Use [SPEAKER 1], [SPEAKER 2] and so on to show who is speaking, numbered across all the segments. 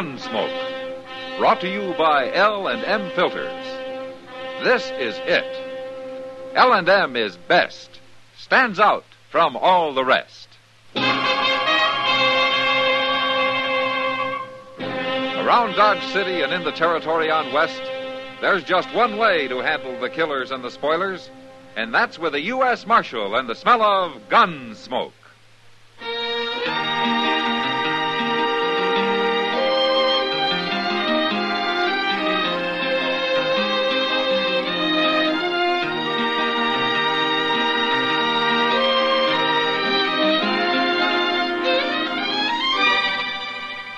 [SPEAKER 1] Gunsmoke. Brought to you by L&M Filters. This is it. L&M is best. Stands out from all the rest. Around Dodge City and in the territory on West, there's just one way to handle the killers and the spoilers, and that's with a U.S. Marshal and the smell of gun smoke.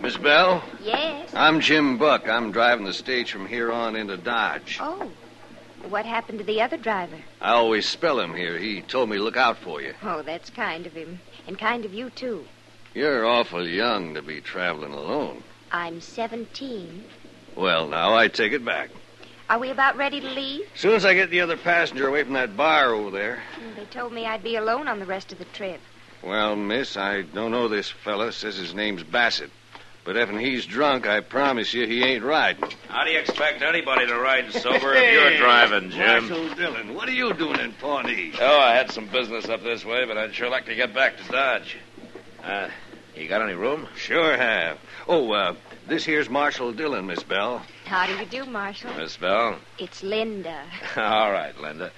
[SPEAKER 2] Miss Bell?
[SPEAKER 3] Yes.
[SPEAKER 2] I'm Jim Buck. I'm driving the stage from here on into Dodge.
[SPEAKER 3] Oh. What happened to the other driver?
[SPEAKER 2] I always spell him here. He told me to look out for you.
[SPEAKER 3] Oh, that's kind of him. And kind of you, too.
[SPEAKER 2] You're awful young to be traveling alone.
[SPEAKER 3] I'm 17.
[SPEAKER 2] Well, now I take it back.
[SPEAKER 3] Are we about ready to leave?
[SPEAKER 2] As soon as I get the other passenger away from that bar over there.
[SPEAKER 3] Mm, They told me I'd be alone on the rest of the trip.
[SPEAKER 2] Well, miss, I don't know this fella. Says his name's Bassett. But if he's drunk, I promise you he ain't riding.
[SPEAKER 4] How do you expect anybody to ride sober if you're driving, Jim?
[SPEAKER 2] Marshal Dillon, what are you doing in Pawnee?
[SPEAKER 4] Oh, I had some business up this way, but I'd sure like to get back to Dodge.
[SPEAKER 5] Uh, you got any room?
[SPEAKER 2] Sure have. Oh, uh, this here's Marshal Dillon, Miss Bell.
[SPEAKER 3] How do you do, Marshal?
[SPEAKER 5] Miss Bell?
[SPEAKER 3] It's Linda.
[SPEAKER 5] All right, Linda.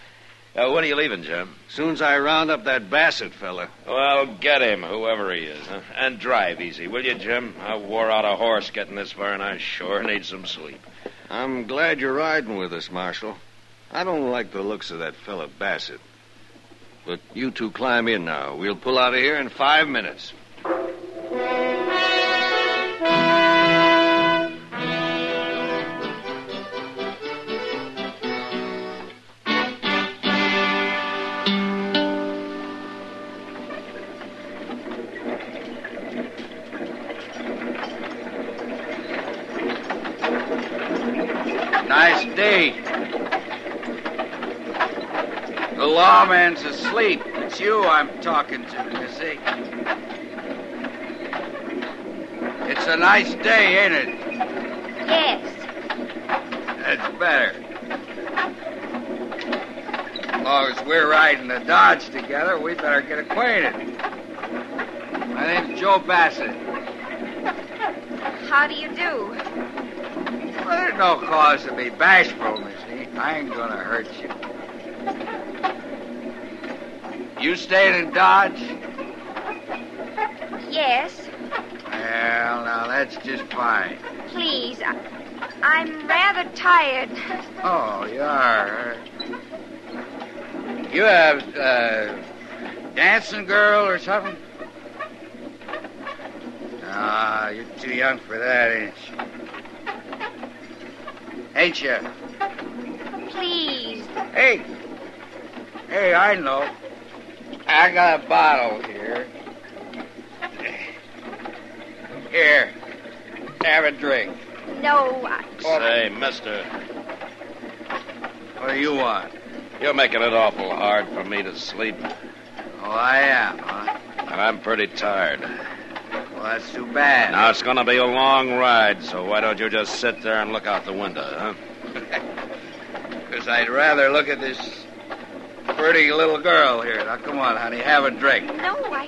[SPEAKER 5] Uh, when are you leaving, Jim?
[SPEAKER 2] Soon as I round up that Bassett fella.
[SPEAKER 4] Well, get him, whoever he is, huh? and drive easy, will you, Jim? I wore out a horse getting this far, and I sure need some sleep.
[SPEAKER 2] I'm glad you're riding with us, Marshal. I don't like the looks of that fella Bassett. But you two climb in now. We'll pull out of here in five minutes.
[SPEAKER 6] Nice day. The lawman's asleep. It's you I'm talking to, you see. It's a nice day, ain't it?
[SPEAKER 3] Yes.
[SPEAKER 6] That's better. As long as we're riding the Dodge together, we better get acquainted. My name's Joe Bassett.
[SPEAKER 3] How do you do?
[SPEAKER 6] Well, there's no cause to be bashful, Missy. I ain't gonna hurt you. You staying in Dodge?
[SPEAKER 3] Yes.
[SPEAKER 6] Well, now that's just fine.
[SPEAKER 3] Please, I, I'm rather tired.
[SPEAKER 6] Oh, you are. You have uh, dancing girl or something? Ah, you're too young for that, ain't you? Ain't you?
[SPEAKER 3] Please.
[SPEAKER 6] Hey. Hey, I know. I got a bottle here. Here. Have a drink.
[SPEAKER 3] No, I...
[SPEAKER 4] Say, mister,
[SPEAKER 6] What do you want?
[SPEAKER 4] you're making it awful hard for me to sleep, and
[SPEAKER 6] Oh, I am, huh?
[SPEAKER 4] I'm pretty tired.
[SPEAKER 6] Well, that's too bad.
[SPEAKER 4] Now, it's going to be a long ride, so why don't you just sit there and look out the window, huh?
[SPEAKER 6] Because I'd rather look at this pretty little girl here. Now, come on, honey. Have a drink.
[SPEAKER 3] No, I...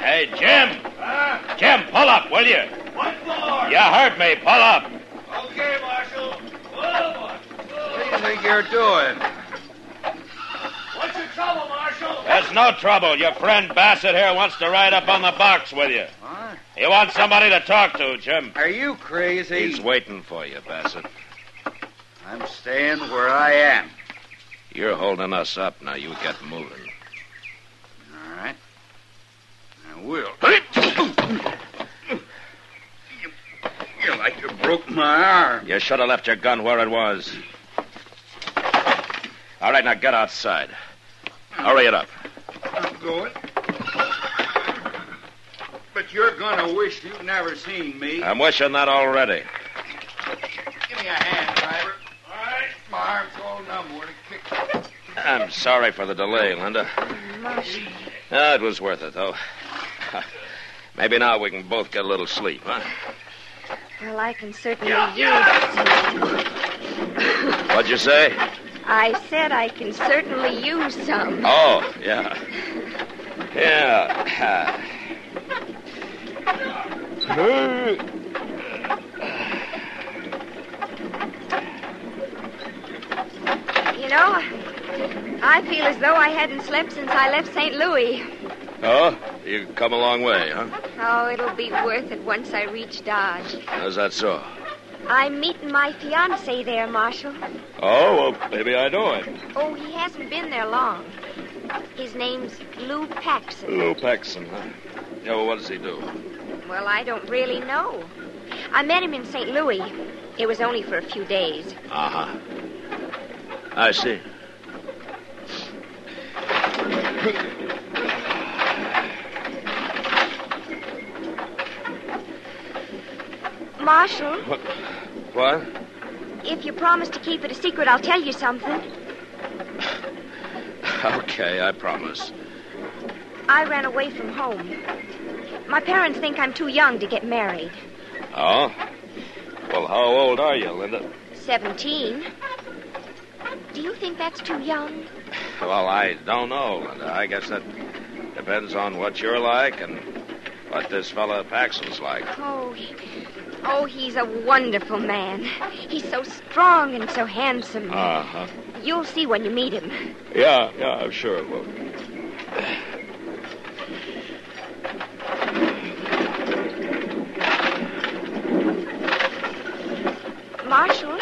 [SPEAKER 4] Hey, Jim!
[SPEAKER 7] Ah!
[SPEAKER 4] Jim, pull up, will you?
[SPEAKER 7] What for?
[SPEAKER 4] You heard me, pull up.
[SPEAKER 7] Okay, Marshal. Whoa, Marshal.
[SPEAKER 6] What do you think you're doing?
[SPEAKER 7] What's your trouble, Marshal?
[SPEAKER 4] There's no trouble. Your friend Bassett here wants to ride up on the box with you.
[SPEAKER 6] What?
[SPEAKER 4] He wants somebody to talk to, Jim.
[SPEAKER 6] Are you crazy?
[SPEAKER 4] He's waiting for you, Bassett.
[SPEAKER 6] I'm staying where I am.
[SPEAKER 5] You're holding us up now. You get moving.
[SPEAKER 6] All right. I will. You- You're like you broke my arm.
[SPEAKER 4] You should have left your gun where it was. All right, now get outside. Hurry it up.
[SPEAKER 6] I'm going. But you're gonna wish you'd never seen me.
[SPEAKER 4] I'm wishing that already.
[SPEAKER 6] Give me a hand, driver.
[SPEAKER 7] All right.
[SPEAKER 6] My arm's all numb. Where to kick?
[SPEAKER 4] I'm sorry for the delay, Linda. Ah, it was worth it, though. Maybe now we can both get a little sleep, huh?
[SPEAKER 3] Well, I can certainly use
[SPEAKER 4] What'd you say?
[SPEAKER 3] I said I can certainly use some.
[SPEAKER 4] Oh, yeah. Yeah.
[SPEAKER 3] You know, I feel as though I hadn't slept since I left St. Louis.
[SPEAKER 4] Oh, you've come a long way, huh?
[SPEAKER 3] Oh, it'll be worth it once I reach Dodge.
[SPEAKER 4] How's that so?
[SPEAKER 3] I'm meeting my fiance there, Marshal.
[SPEAKER 4] Oh, well, maybe I know him.
[SPEAKER 3] Oh, he hasn't been there long. His name's Lou Paxson.
[SPEAKER 4] Lou Paxson, huh? Yeah, well, what does he do?
[SPEAKER 3] Well, I don't really know. I met him in St. Louis. It was only for a few days.
[SPEAKER 4] Uh huh. I see.
[SPEAKER 3] Marshal,
[SPEAKER 4] What?
[SPEAKER 3] if you promise to keep it a secret, I'll tell you something.
[SPEAKER 4] Okay, I promise.
[SPEAKER 3] I ran away from home. My parents think I'm too young to get married.
[SPEAKER 4] Oh? Well, how old are you, Linda?
[SPEAKER 3] Seventeen. Do you think that's too young?
[SPEAKER 4] Well, I don't know, Linda. I guess that depends on what you're like and what this fella Paxson's like.
[SPEAKER 3] Oh, he- oh, he's a wonderful man. He's so strong and so handsome.
[SPEAKER 4] Uh huh.
[SPEAKER 3] You'll see when you meet him.
[SPEAKER 4] Yeah, yeah, I'm sure it will.
[SPEAKER 3] Marshal,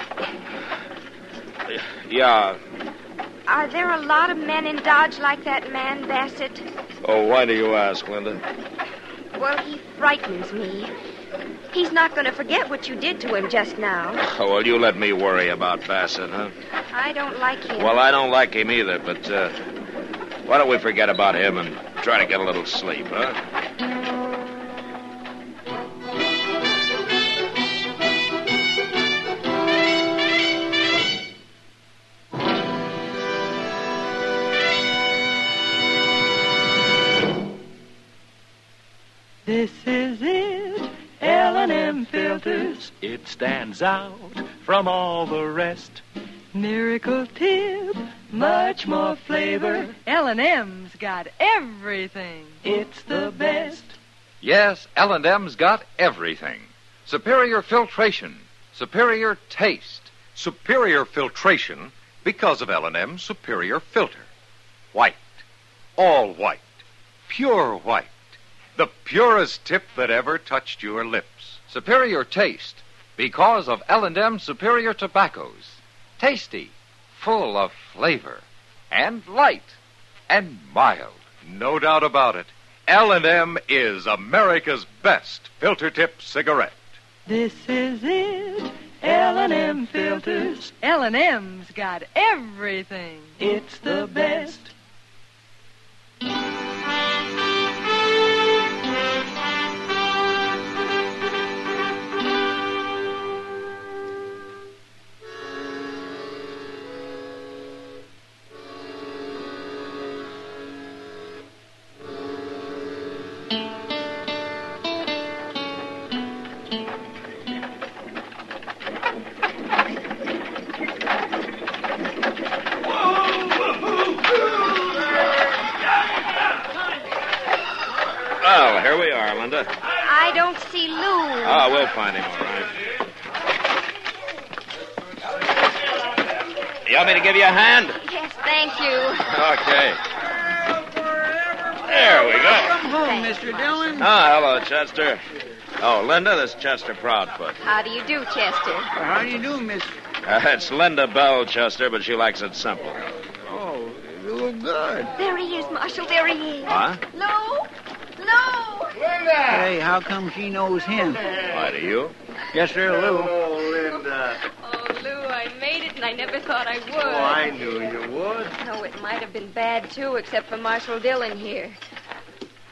[SPEAKER 4] Yeah.
[SPEAKER 3] are there a lot of men in Dodge like that man, Bassett?
[SPEAKER 4] Oh, why do you ask, Linda?
[SPEAKER 3] Well, he frightens me. He's not going to forget what you did to him just now.
[SPEAKER 4] Oh, well, you let me worry about Bassett, huh?
[SPEAKER 3] I don't like him.
[SPEAKER 4] Well, I don't like him either, but uh, why don't we forget about him and try to get a little sleep, huh?
[SPEAKER 8] This is it, L&M filters. It stands out from all the rest. Miracle tip, much more flavor.
[SPEAKER 9] L&M's got everything.
[SPEAKER 8] It's the best.
[SPEAKER 1] Yes, L&M's got everything. Superior filtration, superior taste. Superior filtration because of L&M's superior filter. White. All white. Pure white. The purest tip that ever touched your lips. Superior taste because of L&M's superior tobaccos. Tasty, full of flavor, and light, and mild. No doubt about it. L&M is America's best filter tip cigarette.
[SPEAKER 8] This is it, L&M filters.
[SPEAKER 9] L&M's got everything.
[SPEAKER 8] It's the best.
[SPEAKER 4] Well, Oh, here we are, Linda.
[SPEAKER 3] I don't see Lou.
[SPEAKER 4] Ah, we'll find him, all right. You want me to give you a hand?
[SPEAKER 3] Yes, thank you.
[SPEAKER 4] Okay. There we go.
[SPEAKER 9] Come home, Mr. Dillon.
[SPEAKER 4] Ah, hello, Chester. Oh, Linda, this is Chester Proudfoot.
[SPEAKER 3] How do you do, Chester?
[SPEAKER 6] How do you do, Miss?
[SPEAKER 4] Uh, it's Linda Bell, Chester, but she likes it simple.
[SPEAKER 6] Oh, you look good.
[SPEAKER 3] There he is, Marshal. There he is.
[SPEAKER 4] Huh?
[SPEAKER 3] Lou? Lou?
[SPEAKER 6] Hey, how come she knows him?
[SPEAKER 4] Why do you?
[SPEAKER 6] Yes, sir, Lou.
[SPEAKER 7] Oh, Linda.
[SPEAKER 3] Oh, Lou, I made it, and I never thought I would.
[SPEAKER 7] Oh, I knew you would.
[SPEAKER 3] No, it might have been bad, too, except for Marshal Dillon here.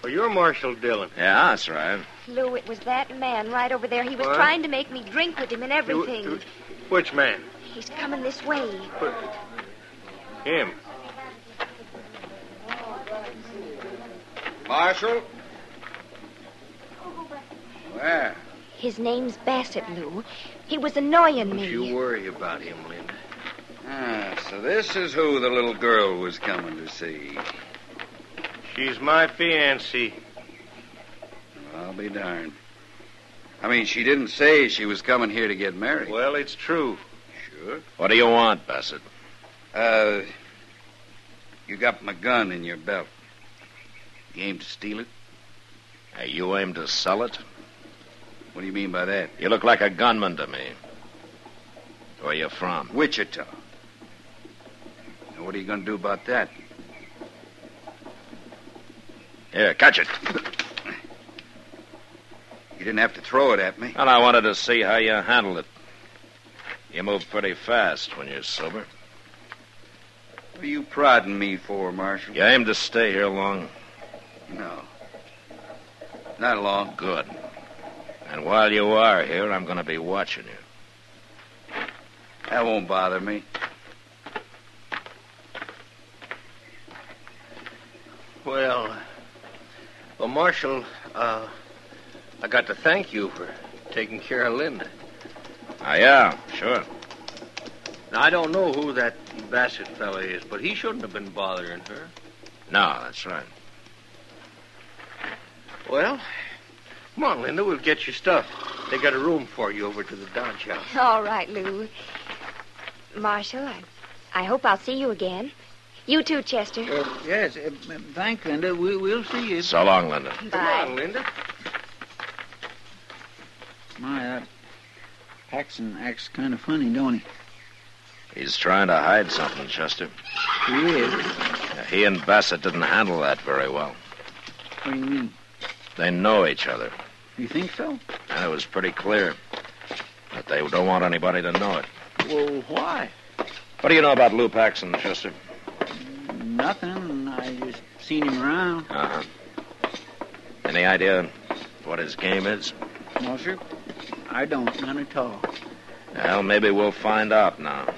[SPEAKER 7] Oh, you're Marshal Dillon.
[SPEAKER 4] Yeah, that's right.
[SPEAKER 3] Lou, it was that man right over there. He was
[SPEAKER 7] What?
[SPEAKER 3] trying to make me drink with him and
[SPEAKER 7] You-
[SPEAKER 3] everything.
[SPEAKER 7] you- Which man?
[SPEAKER 3] He's coming this way.
[SPEAKER 7] Him.
[SPEAKER 6] Marshal? Where?
[SPEAKER 3] His name's Bassett, Lou. He was annoying me.
[SPEAKER 7] You worry about him, Linda.
[SPEAKER 6] Ah, so this is who the little girl was coming to see.
[SPEAKER 7] She's my fiancée.
[SPEAKER 6] I'll be darned. I mean, she didn't say she was coming here to get married.
[SPEAKER 7] Well, it's true.
[SPEAKER 6] Sure.
[SPEAKER 4] What do you want, Bassett?
[SPEAKER 6] Uh, you got my gun in your belt. You aim to steal it?
[SPEAKER 4] Hey, you aim to sell it?
[SPEAKER 6] What do you mean by that?
[SPEAKER 4] You look like a gunman to me. Where you from?
[SPEAKER 6] Wichita. Now, what are you going to do about that?
[SPEAKER 4] Here, catch it.
[SPEAKER 6] You didn't have to throw it at me.
[SPEAKER 4] And I wanted to see how you handled it. You move pretty fast when you're sober.
[SPEAKER 6] What are you prodding me for, Marshal?
[SPEAKER 4] You aim to stay here long?
[SPEAKER 6] No. Not long.
[SPEAKER 4] Good. And while you are here, I'm going to be watching you.
[SPEAKER 6] That won't bother me.
[SPEAKER 7] Well, well, Marshal, uh, I got to thank you for taking care of Linda.
[SPEAKER 4] Ah, yeah, sure.
[SPEAKER 7] Now, I don't know who that Bassett fella is, but he shouldn't have been bothering her.
[SPEAKER 4] No, that's right.
[SPEAKER 7] Well, come on, Linda. We'll get your stuff. They got a room for you over to the Dodge House.
[SPEAKER 3] All right, Lou. Marshal, I, I hope I'll see you again. You too, Chester.
[SPEAKER 6] yes, uh, thank Linda. We, we'll see you.
[SPEAKER 4] So long, Linda.
[SPEAKER 7] Come
[SPEAKER 3] Bye.
[SPEAKER 7] on, Linda.
[SPEAKER 6] My, that Paxton acts kind of funny, don't he?
[SPEAKER 4] He's trying to hide something, Chester.
[SPEAKER 6] He is.
[SPEAKER 4] Yeah, He and Bassett didn't handle that very well.
[SPEAKER 6] What do you mean?
[SPEAKER 4] They know each other,
[SPEAKER 6] You think so?
[SPEAKER 4] and it was pretty clear that they don't want anybody to know it.
[SPEAKER 6] Well, why?
[SPEAKER 4] What do you know about Lou Paxson, Chester?
[SPEAKER 6] Nothing. I just seen him around.
[SPEAKER 4] Uh huh. Any idea what his game is?
[SPEAKER 6] No, sir. I don't. None at all.
[SPEAKER 4] Well, maybe we'll find out now.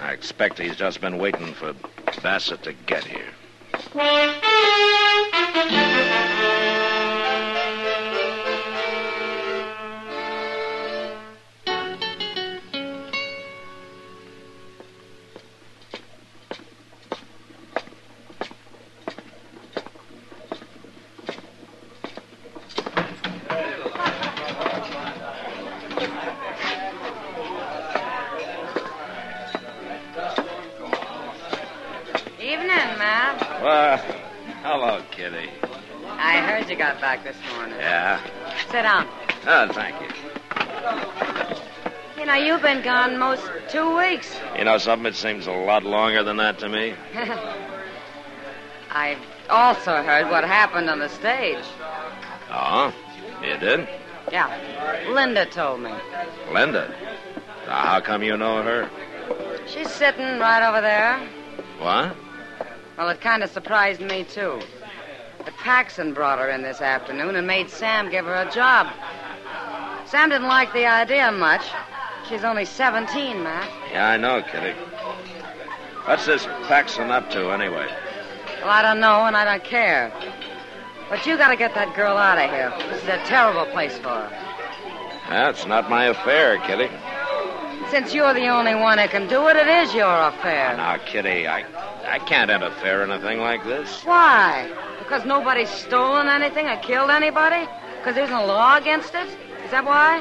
[SPEAKER 4] I expect he's just been waiting for Bassett to get here.
[SPEAKER 10] Evening, Matt.
[SPEAKER 4] Well, hello, Kitty.
[SPEAKER 10] I heard you got back this morning.
[SPEAKER 4] Yeah.
[SPEAKER 10] Sit down.
[SPEAKER 4] Oh, thank you.
[SPEAKER 10] You know, you've been gone most two weeks.
[SPEAKER 4] You know something? It seems a lot longer than that to me.
[SPEAKER 10] I also heard what happened on the stage.
[SPEAKER 4] Oh, you did?
[SPEAKER 10] Yeah, Linda told me.
[SPEAKER 4] Linda. Now, how come you know her?
[SPEAKER 10] She's sitting right over there.
[SPEAKER 4] What?
[SPEAKER 10] Well, it kind of surprised me, too. But Paxson brought her in this afternoon and made Sam give her a job. Sam didn't like the idea much. She's only 17, Matt.
[SPEAKER 4] Yeah, I know, Kitty. What's this Paxton up to, anyway?
[SPEAKER 10] Well, I don't know, and I don't care. But you gotta get that girl out of here. This is a terrible place for her.
[SPEAKER 4] That's not my affair, Kitty.
[SPEAKER 10] Since you're the only one who can do it, it is your affair.
[SPEAKER 4] Now, Kitty, I, I can't interfere in a thing like this.
[SPEAKER 10] Why? Because nobody's stolen anything or killed anybody? Because there isn't a law against it? Is that why?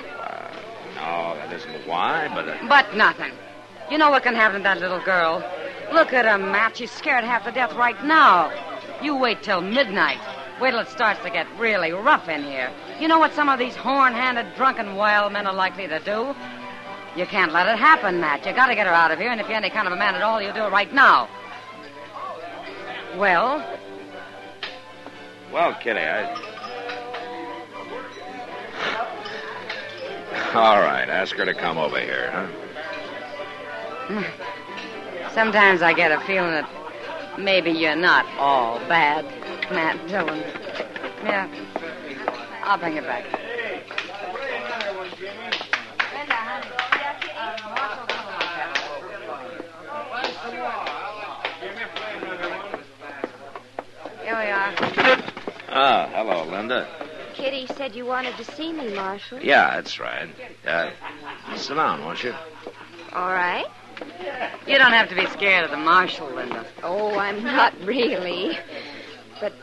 [SPEAKER 4] No, that isn't why, but uh,
[SPEAKER 10] But nothing. You know what can happen to that little girl. Look at her, Matt. She's scared half to death right now. You wait till midnight. Wait till it starts to get really rough in here. You know what some of these horn-handed, drunken, wild men are likely to do? You can't let it happen, Matt. You gotta get her out of here, and if you're any kind of a man at all, you do it right now. Well,
[SPEAKER 4] Well, Kitty, I. All right, ask her to come over here, huh?
[SPEAKER 10] Hmm. sometimes I get a feeling that maybe you're not all bad, Matt Dillon. Yeah. I'll bring it back. Here we are.
[SPEAKER 4] Ah, hello, Linda.
[SPEAKER 3] Kitty said you wanted to see me, Marshal.
[SPEAKER 4] Yeah, that's right. Uh, sit down, won't you?
[SPEAKER 3] All right.
[SPEAKER 10] You don't have to be scared of the marshal, Linda.
[SPEAKER 3] Oh, I'm not really. But,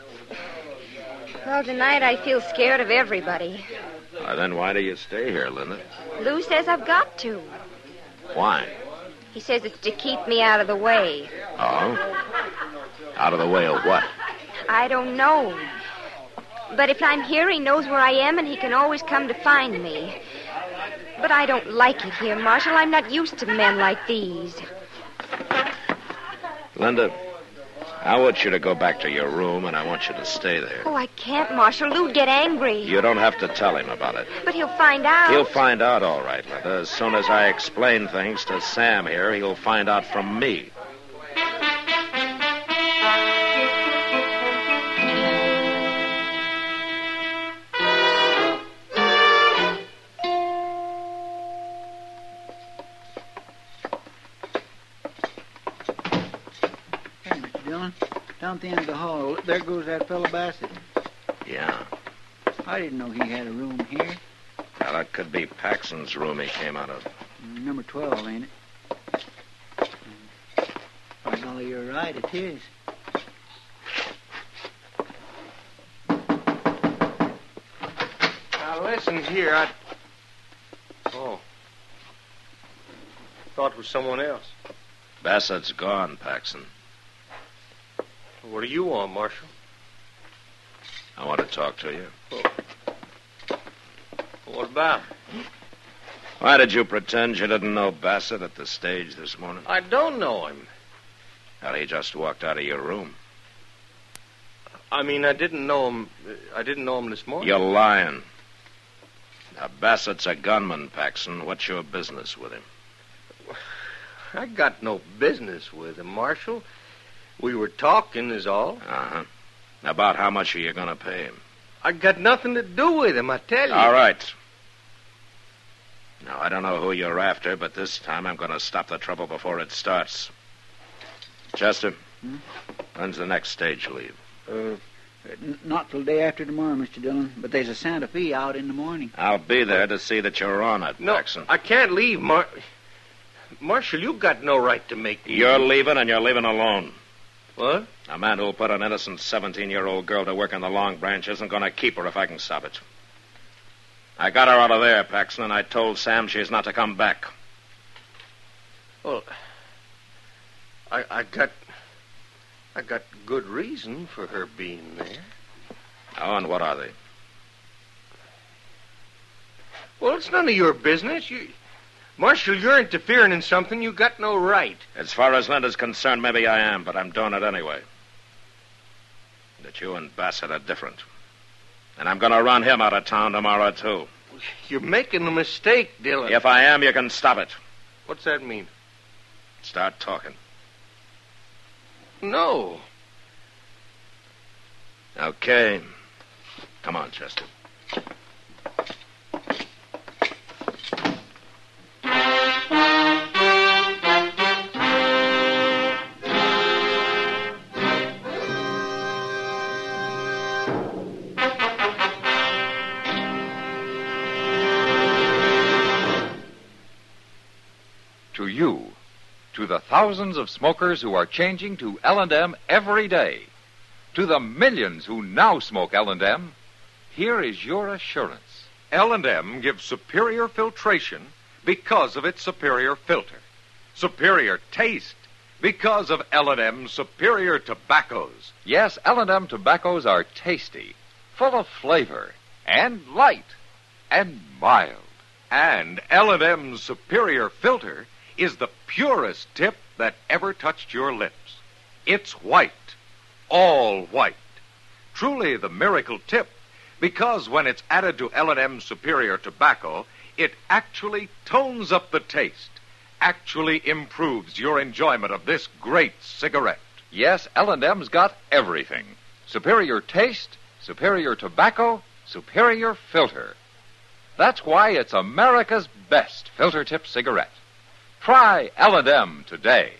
[SPEAKER 3] well, tonight I feel scared of everybody.
[SPEAKER 4] Uh, then why do you stay here, Linda?
[SPEAKER 3] Lou says I've got to.
[SPEAKER 4] Why?
[SPEAKER 3] He says it's to keep me out of the way.
[SPEAKER 4] Oh? Out of the way of what?
[SPEAKER 3] I don't know. But if I'm here, he knows where I am, and he can always come to find me. But I don't like it here, Marshal. I'm not used to men like these.
[SPEAKER 4] Linda, I want you to go back to your room, and I want you to stay there.
[SPEAKER 3] Oh, I can't, Marshal. Lou'd get angry.
[SPEAKER 4] You don't have to tell him about it.
[SPEAKER 3] But he'll find out.
[SPEAKER 4] He'll find out all right, Linda. As soon as I explain things to Sam here, he'll find out from me.
[SPEAKER 11] Hey, Mr. Dillon, down at the end of the hall, there goes that fellow Bassett.
[SPEAKER 4] Yeah.
[SPEAKER 11] I didn't know he had a room here.
[SPEAKER 4] Well, that could be Paxson's room he came out of.
[SPEAKER 11] Number 12, ain't it? By golly, you're right, it is.
[SPEAKER 12] Now listen here, I. Oh. Thought it was someone else.
[SPEAKER 4] Bassett's gone, Paxson.
[SPEAKER 12] What do you want, Marshal?
[SPEAKER 4] I want to talk to you.
[SPEAKER 12] What about?
[SPEAKER 4] Why did you pretend you didn't know Bassett at the stage this morning?
[SPEAKER 12] I don't know him.
[SPEAKER 4] Well, he just walked out of your room.
[SPEAKER 12] I mean, I didn't know him. uh, I didn't know him this morning.
[SPEAKER 4] You're lying. Now, Bassett's a gunman, Paxson. What's your business with him?
[SPEAKER 12] I got no business with him, Marshal. We were talking, is all.
[SPEAKER 4] Uh huh. About how much are you going to pay him?
[SPEAKER 12] I got nothing to do with him, I tell you.
[SPEAKER 4] All right. Now, I don't know who you're after, but this time I'm going to stop the trouble before it starts. Chester, when's the next stage leave?
[SPEAKER 11] Hmm? Uh, n- not till day after tomorrow, Mr. Dillon, but there's a Santa Fe out in the morning.
[SPEAKER 4] I'll be there to see that you're on it,
[SPEAKER 12] No,
[SPEAKER 4] Paxson.
[SPEAKER 12] I can't leave, Mar. Marshal, you got no right to make me.
[SPEAKER 4] You're leaving, and you're leaving alone.
[SPEAKER 12] What?
[SPEAKER 4] A man who'll put an innocent 17 year old girl to work in the Long Branch isn't going to keep her if I can stop it. I got her out of there, Paxton, and I told Sam she's not to come back.
[SPEAKER 12] Well, I, I got. I got good reason for her being there.
[SPEAKER 4] Oh, and what are they?
[SPEAKER 12] Well, it's none of your business. You, Marshal, you're interfering in something you got no right.
[SPEAKER 4] As far as Linda's concerned, maybe I am, but I'm doing it anyway. That you and Bassett are different. And I'm going to run him out of town tomorrow, too.
[SPEAKER 12] You're making a mistake, Dillon.
[SPEAKER 4] If I am, you can stop it.
[SPEAKER 12] What's that mean?
[SPEAKER 4] Start talking.
[SPEAKER 12] No.
[SPEAKER 4] Okay. Come on, Chester.
[SPEAKER 1] to you, to the thousands of smokers who are changing to L&M every day, to the millions who now smoke L&M, here is your assurance.
[SPEAKER 13] L&M gives superior filtration because of its superior filter. Superior taste
[SPEAKER 1] because of L&M superior tobaccos. Yes, L&M tobaccos are tasty, full of flavor, and light, and mild. And L&M's superior filter is the purest tip that ever touched your lips. It's white, all white. Truly the miracle tip because when it's added to L&M superior tobacco, it actually tones up the taste actually improves your enjoyment of this great cigarette. Yes, L&M's got everything. Superior taste, superior tobacco, superior filter. That's why it's America's best filter tip cigarette. Try L&M today.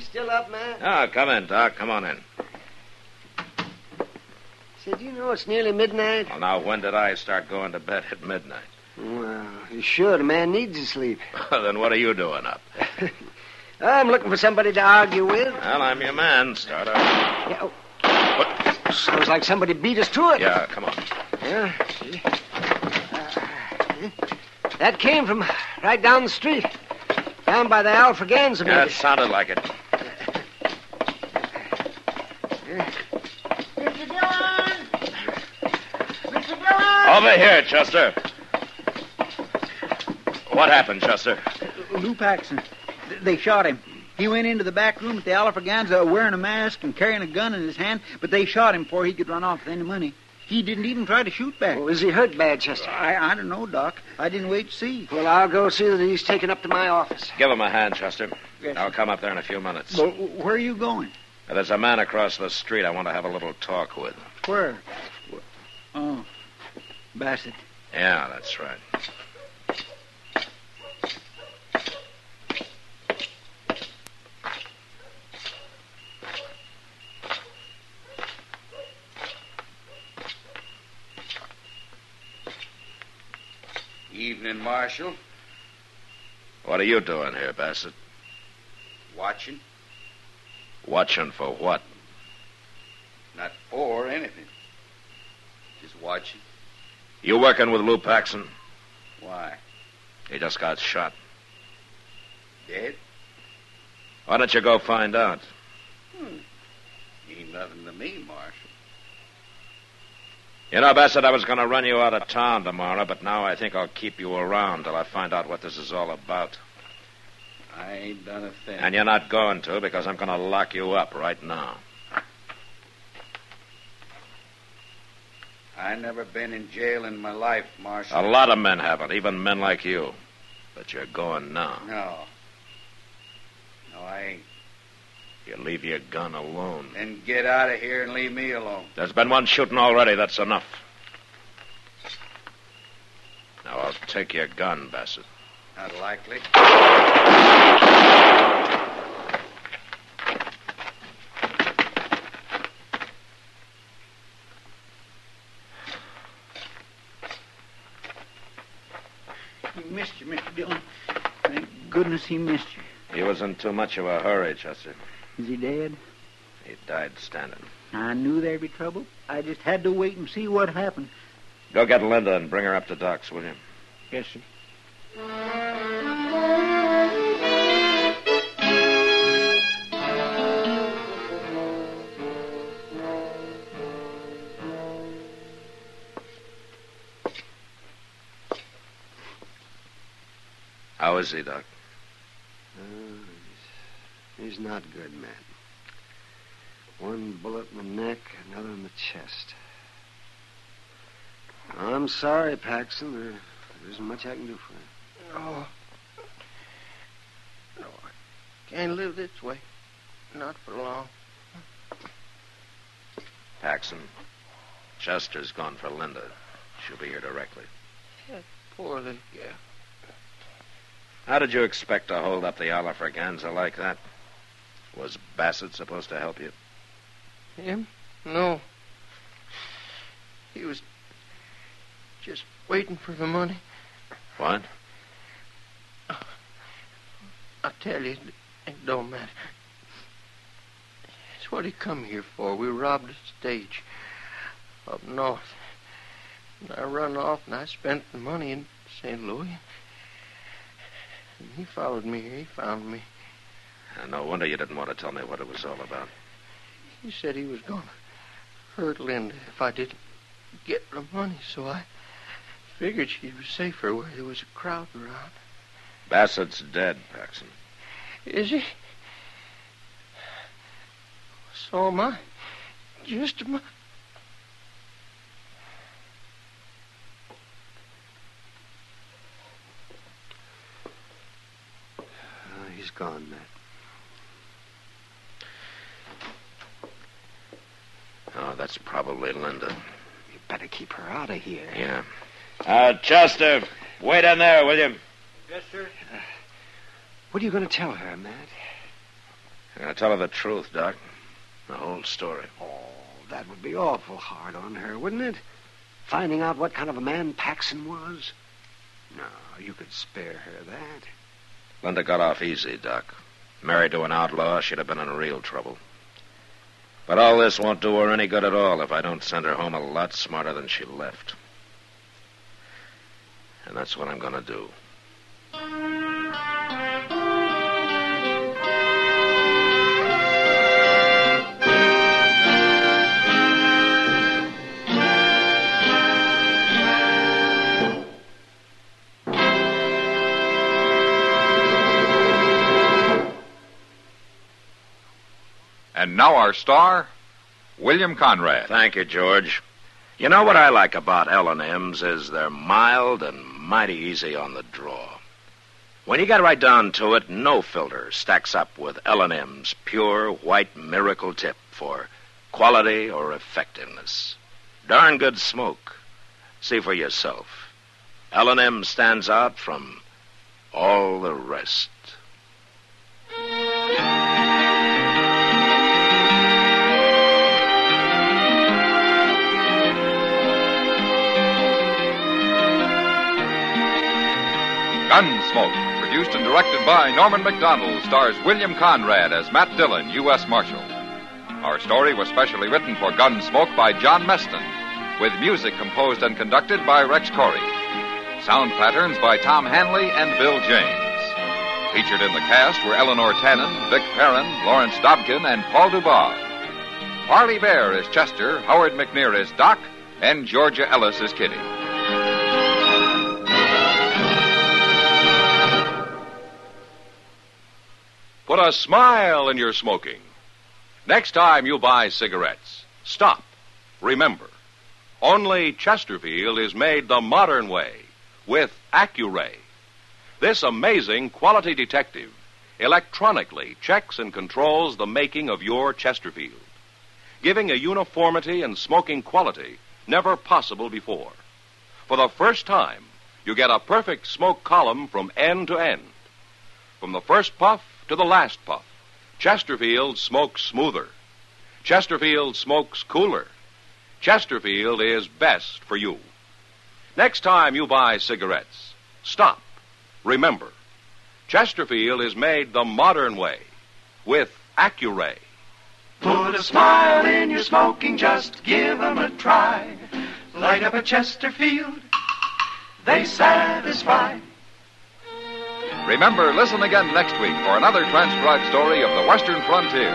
[SPEAKER 14] still up, Matt?
[SPEAKER 4] Oh, come in, Doc. Come on in.
[SPEAKER 14] Say, do you know it's nearly midnight?
[SPEAKER 4] Well, now, when did I start going to bed at midnight?
[SPEAKER 14] Well, you should. A man needs to sleep.
[SPEAKER 4] then what are you doing up?
[SPEAKER 14] I'm looking for somebody to argue with.
[SPEAKER 4] Well, I'm your man. Start up. Yeah.
[SPEAKER 14] Oh. What? Sounds like somebody beat us to it.
[SPEAKER 4] Yeah, come on.
[SPEAKER 14] Yeah. Uh, that came from right down the street. Down by the Alfraganza,
[SPEAKER 4] maybe. Yeah, it sounded like it.
[SPEAKER 15] Mr. Dillon! Mr.
[SPEAKER 4] Dillon! Over here, Chester. What happened, Chester?
[SPEAKER 11] Lou Paxson. They shot him. He went into the back room at the Alfraganza wearing a mask and carrying a gun in his hand, but they shot him before he could run off with any money. He didn't even try to shoot back.
[SPEAKER 14] Well, is he hurt bad, Chester?
[SPEAKER 11] I, I don't know, Doc. I didn't wait to see.
[SPEAKER 14] Well, I'll go see that he's taken up to my office.
[SPEAKER 4] Give him a hand, Chester. Yes. I'll come up there in a few minutes.
[SPEAKER 11] Well, where are you going?
[SPEAKER 4] Now, there's a man across the street I want to have a little talk with.
[SPEAKER 11] Where? Oh, Bassett.
[SPEAKER 4] Yeah, that's right.
[SPEAKER 6] Evening, Marshal.
[SPEAKER 4] What are you doing here, Bassett?
[SPEAKER 6] Watching.
[SPEAKER 4] Watching for what?
[SPEAKER 6] Not for anything. Just watching.
[SPEAKER 4] You working with Lou Paxson?
[SPEAKER 6] Why?
[SPEAKER 4] He just got shot.
[SPEAKER 6] Dead?
[SPEAKER 4] Why don't you go find out?
[SPEAKER 6] Hmm. Ain't nothing to me, Marshal.
[SPEAKER 4] You know, Bassett, I was going to run you out of town tomorrow, but now I think I'll keep you around till I find out what this is all about.
[SPEAKER 6] I ain't done a thing.
[SPEAKER 4] And you're not going to because I'm going to lock you up right now.
[SPEAKER 6] I never been in jail in my life, Marshal.
[SPEAKER 4] A lot of men haven't, even men like you. But you're going now.
[SPEAKER 6] No. No, I ain't.
[SPEAKER 4] You leave your gun alone.
[SPEAKER 6] Then get out of here and leave me alone.
[SPEAKER 4] There's been one shooting already. That's enough. Now I'll take your gun, Bassett.
[SPEAKER 6] Not likely.
[SPEAKER 11] He missed you, Mr. Dillon. Thank goodness he missed you.
[SPEAKER 4] He was in too much of a hurry, Chester.
[SPEAKER 11] Is he dead?
[SPEAKER 4] He died standing.
[SPEAKER 11] I knew there'd be trouble. I just had to wait and see what happened.
[SPEAKER 4] Go get Linda and bring her up to Doc's, will you?
[SPEAKER 11] Yes, sir.
[SPEAKER 4] How is he, Doc?
[SPEAKER 14] Uh, he's, he's not good, Matt. One bullet in the neck, another in the chest. I'm sorry, Paxson. There, there isn't much I can do for him.
[SPEAKER 12] No. Oh. No, I can't live this way. Not for long.
[SPEAKER 4] Paxson, Chester's gone for Linda. She'll be here directly.
[SPEAKER 12] Yeah, poor little girl.
[SPEAKER 4] How did you expect to hold up the Oliver Ganza like that? Was Bassett supposed to help you?
[SPEAKER 12] Him? No. He was just waiting for the money.
[SPEAKER 4] What?
[SPEAKER 12] I tell you, it don't matter. It's what he come here for. We robbed a stage up north. And I run off and I spent the money in St. Louis. And he followed me here. He found me.
[SPEAKER 4] Uh, No wonder you didn't want to tell me what it was all about.
[SPEAKER 12] He said he was going to hurt Linda if I didn't get the money, so I figured she was safer where there was a crowd around.
[SPEAKER 4] Bassett's dead, Paxson.
[SPEAKER 12] Is he? So am I. Just am I.
[SPEAKER 14] Oh, he's gone, Matt.
[SPEAKER 4] Oh, that's probably Linda.
[SPEAKER 14] You better keep her out of here.
[SPEAKER 4] Yeah. Uh, Chester, wait in there, will you?
[SPEAKER 6] Yes, sir.
[SPEAKER 14] What are you going to tell her, Matt?
[SPEAKER 4] I'm going to tell her the truth, Doc. The whole story.
[SPEAKER 14] Oh, that would be awful hard on her, wouldn't it? Finding out what kind of a man Paxson was. No, you could spare her that.
[SPEAKER 4] Linda got off easy, Doc. Married to an outlaw, she'd have been in real trouble. But all this won't do her any good at all if I don't send her home a lot smarter than she left. And that's what I'm going to do.
[SPEAKER 1] And now our star, William Conrad.
[SPEAKER 4] Thank you, George. You know what I like about L&M's is they're mild and mighty easy on the draw. When you get right down to it, no filter stacks up with L&M's pure white miracle tip for quality or effectiveness. Darn good smoke. See for yourself. L&M stands out from all the rest.
[SPEAKER 1] Gunsmoke, produced and directed by Norman McDonald, stars William Conrad as Matt Dillon, U.S. Marshal. Our story was specially written for Gunsmoke by John Meston, with music composed and conducted by Rex Corey. Sound patterns by Tom Hanley and Bill James. Featured in the cast were Eleanor Tannen, Vic Perrin, Lawrence Dobkin, and Paul Dubois. Harley Bear is Chester, Howard McNear is Doc, and Georgia Ellis is Kitty.
[SPEAKER 13] Put a smile in your smoking. Next time you buy cigarettes, stop. Remember, only Chesterfield is made the modern way with Accuray. This amazing quality detective electronically checks and controls the making of your Chesterfield, giving a uniformity and smoking quality never possible before. For the first time, you get a perfect smoke column from end to end. From the first puff to the last puff. Chesterfield smokes smoother. Chesterfield smokes cooler. Chesterfield is best for you. Next time you buy cigarettes, stop. Remember, Chesterfield is made the modern way with Accuray.
[SPEAKER 16] Put a smile in your smoking, just give 'em a try. Light up a Chesterfield, they satisfy.
[SPEAKER 1] Remember, listen again next week for another transcribed story of the Western frontier.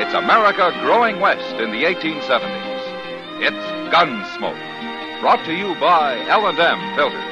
[SPEAKER 1] It's America growing west in the 1870s. It's Gunsmoke, brought to you by L&M Filters.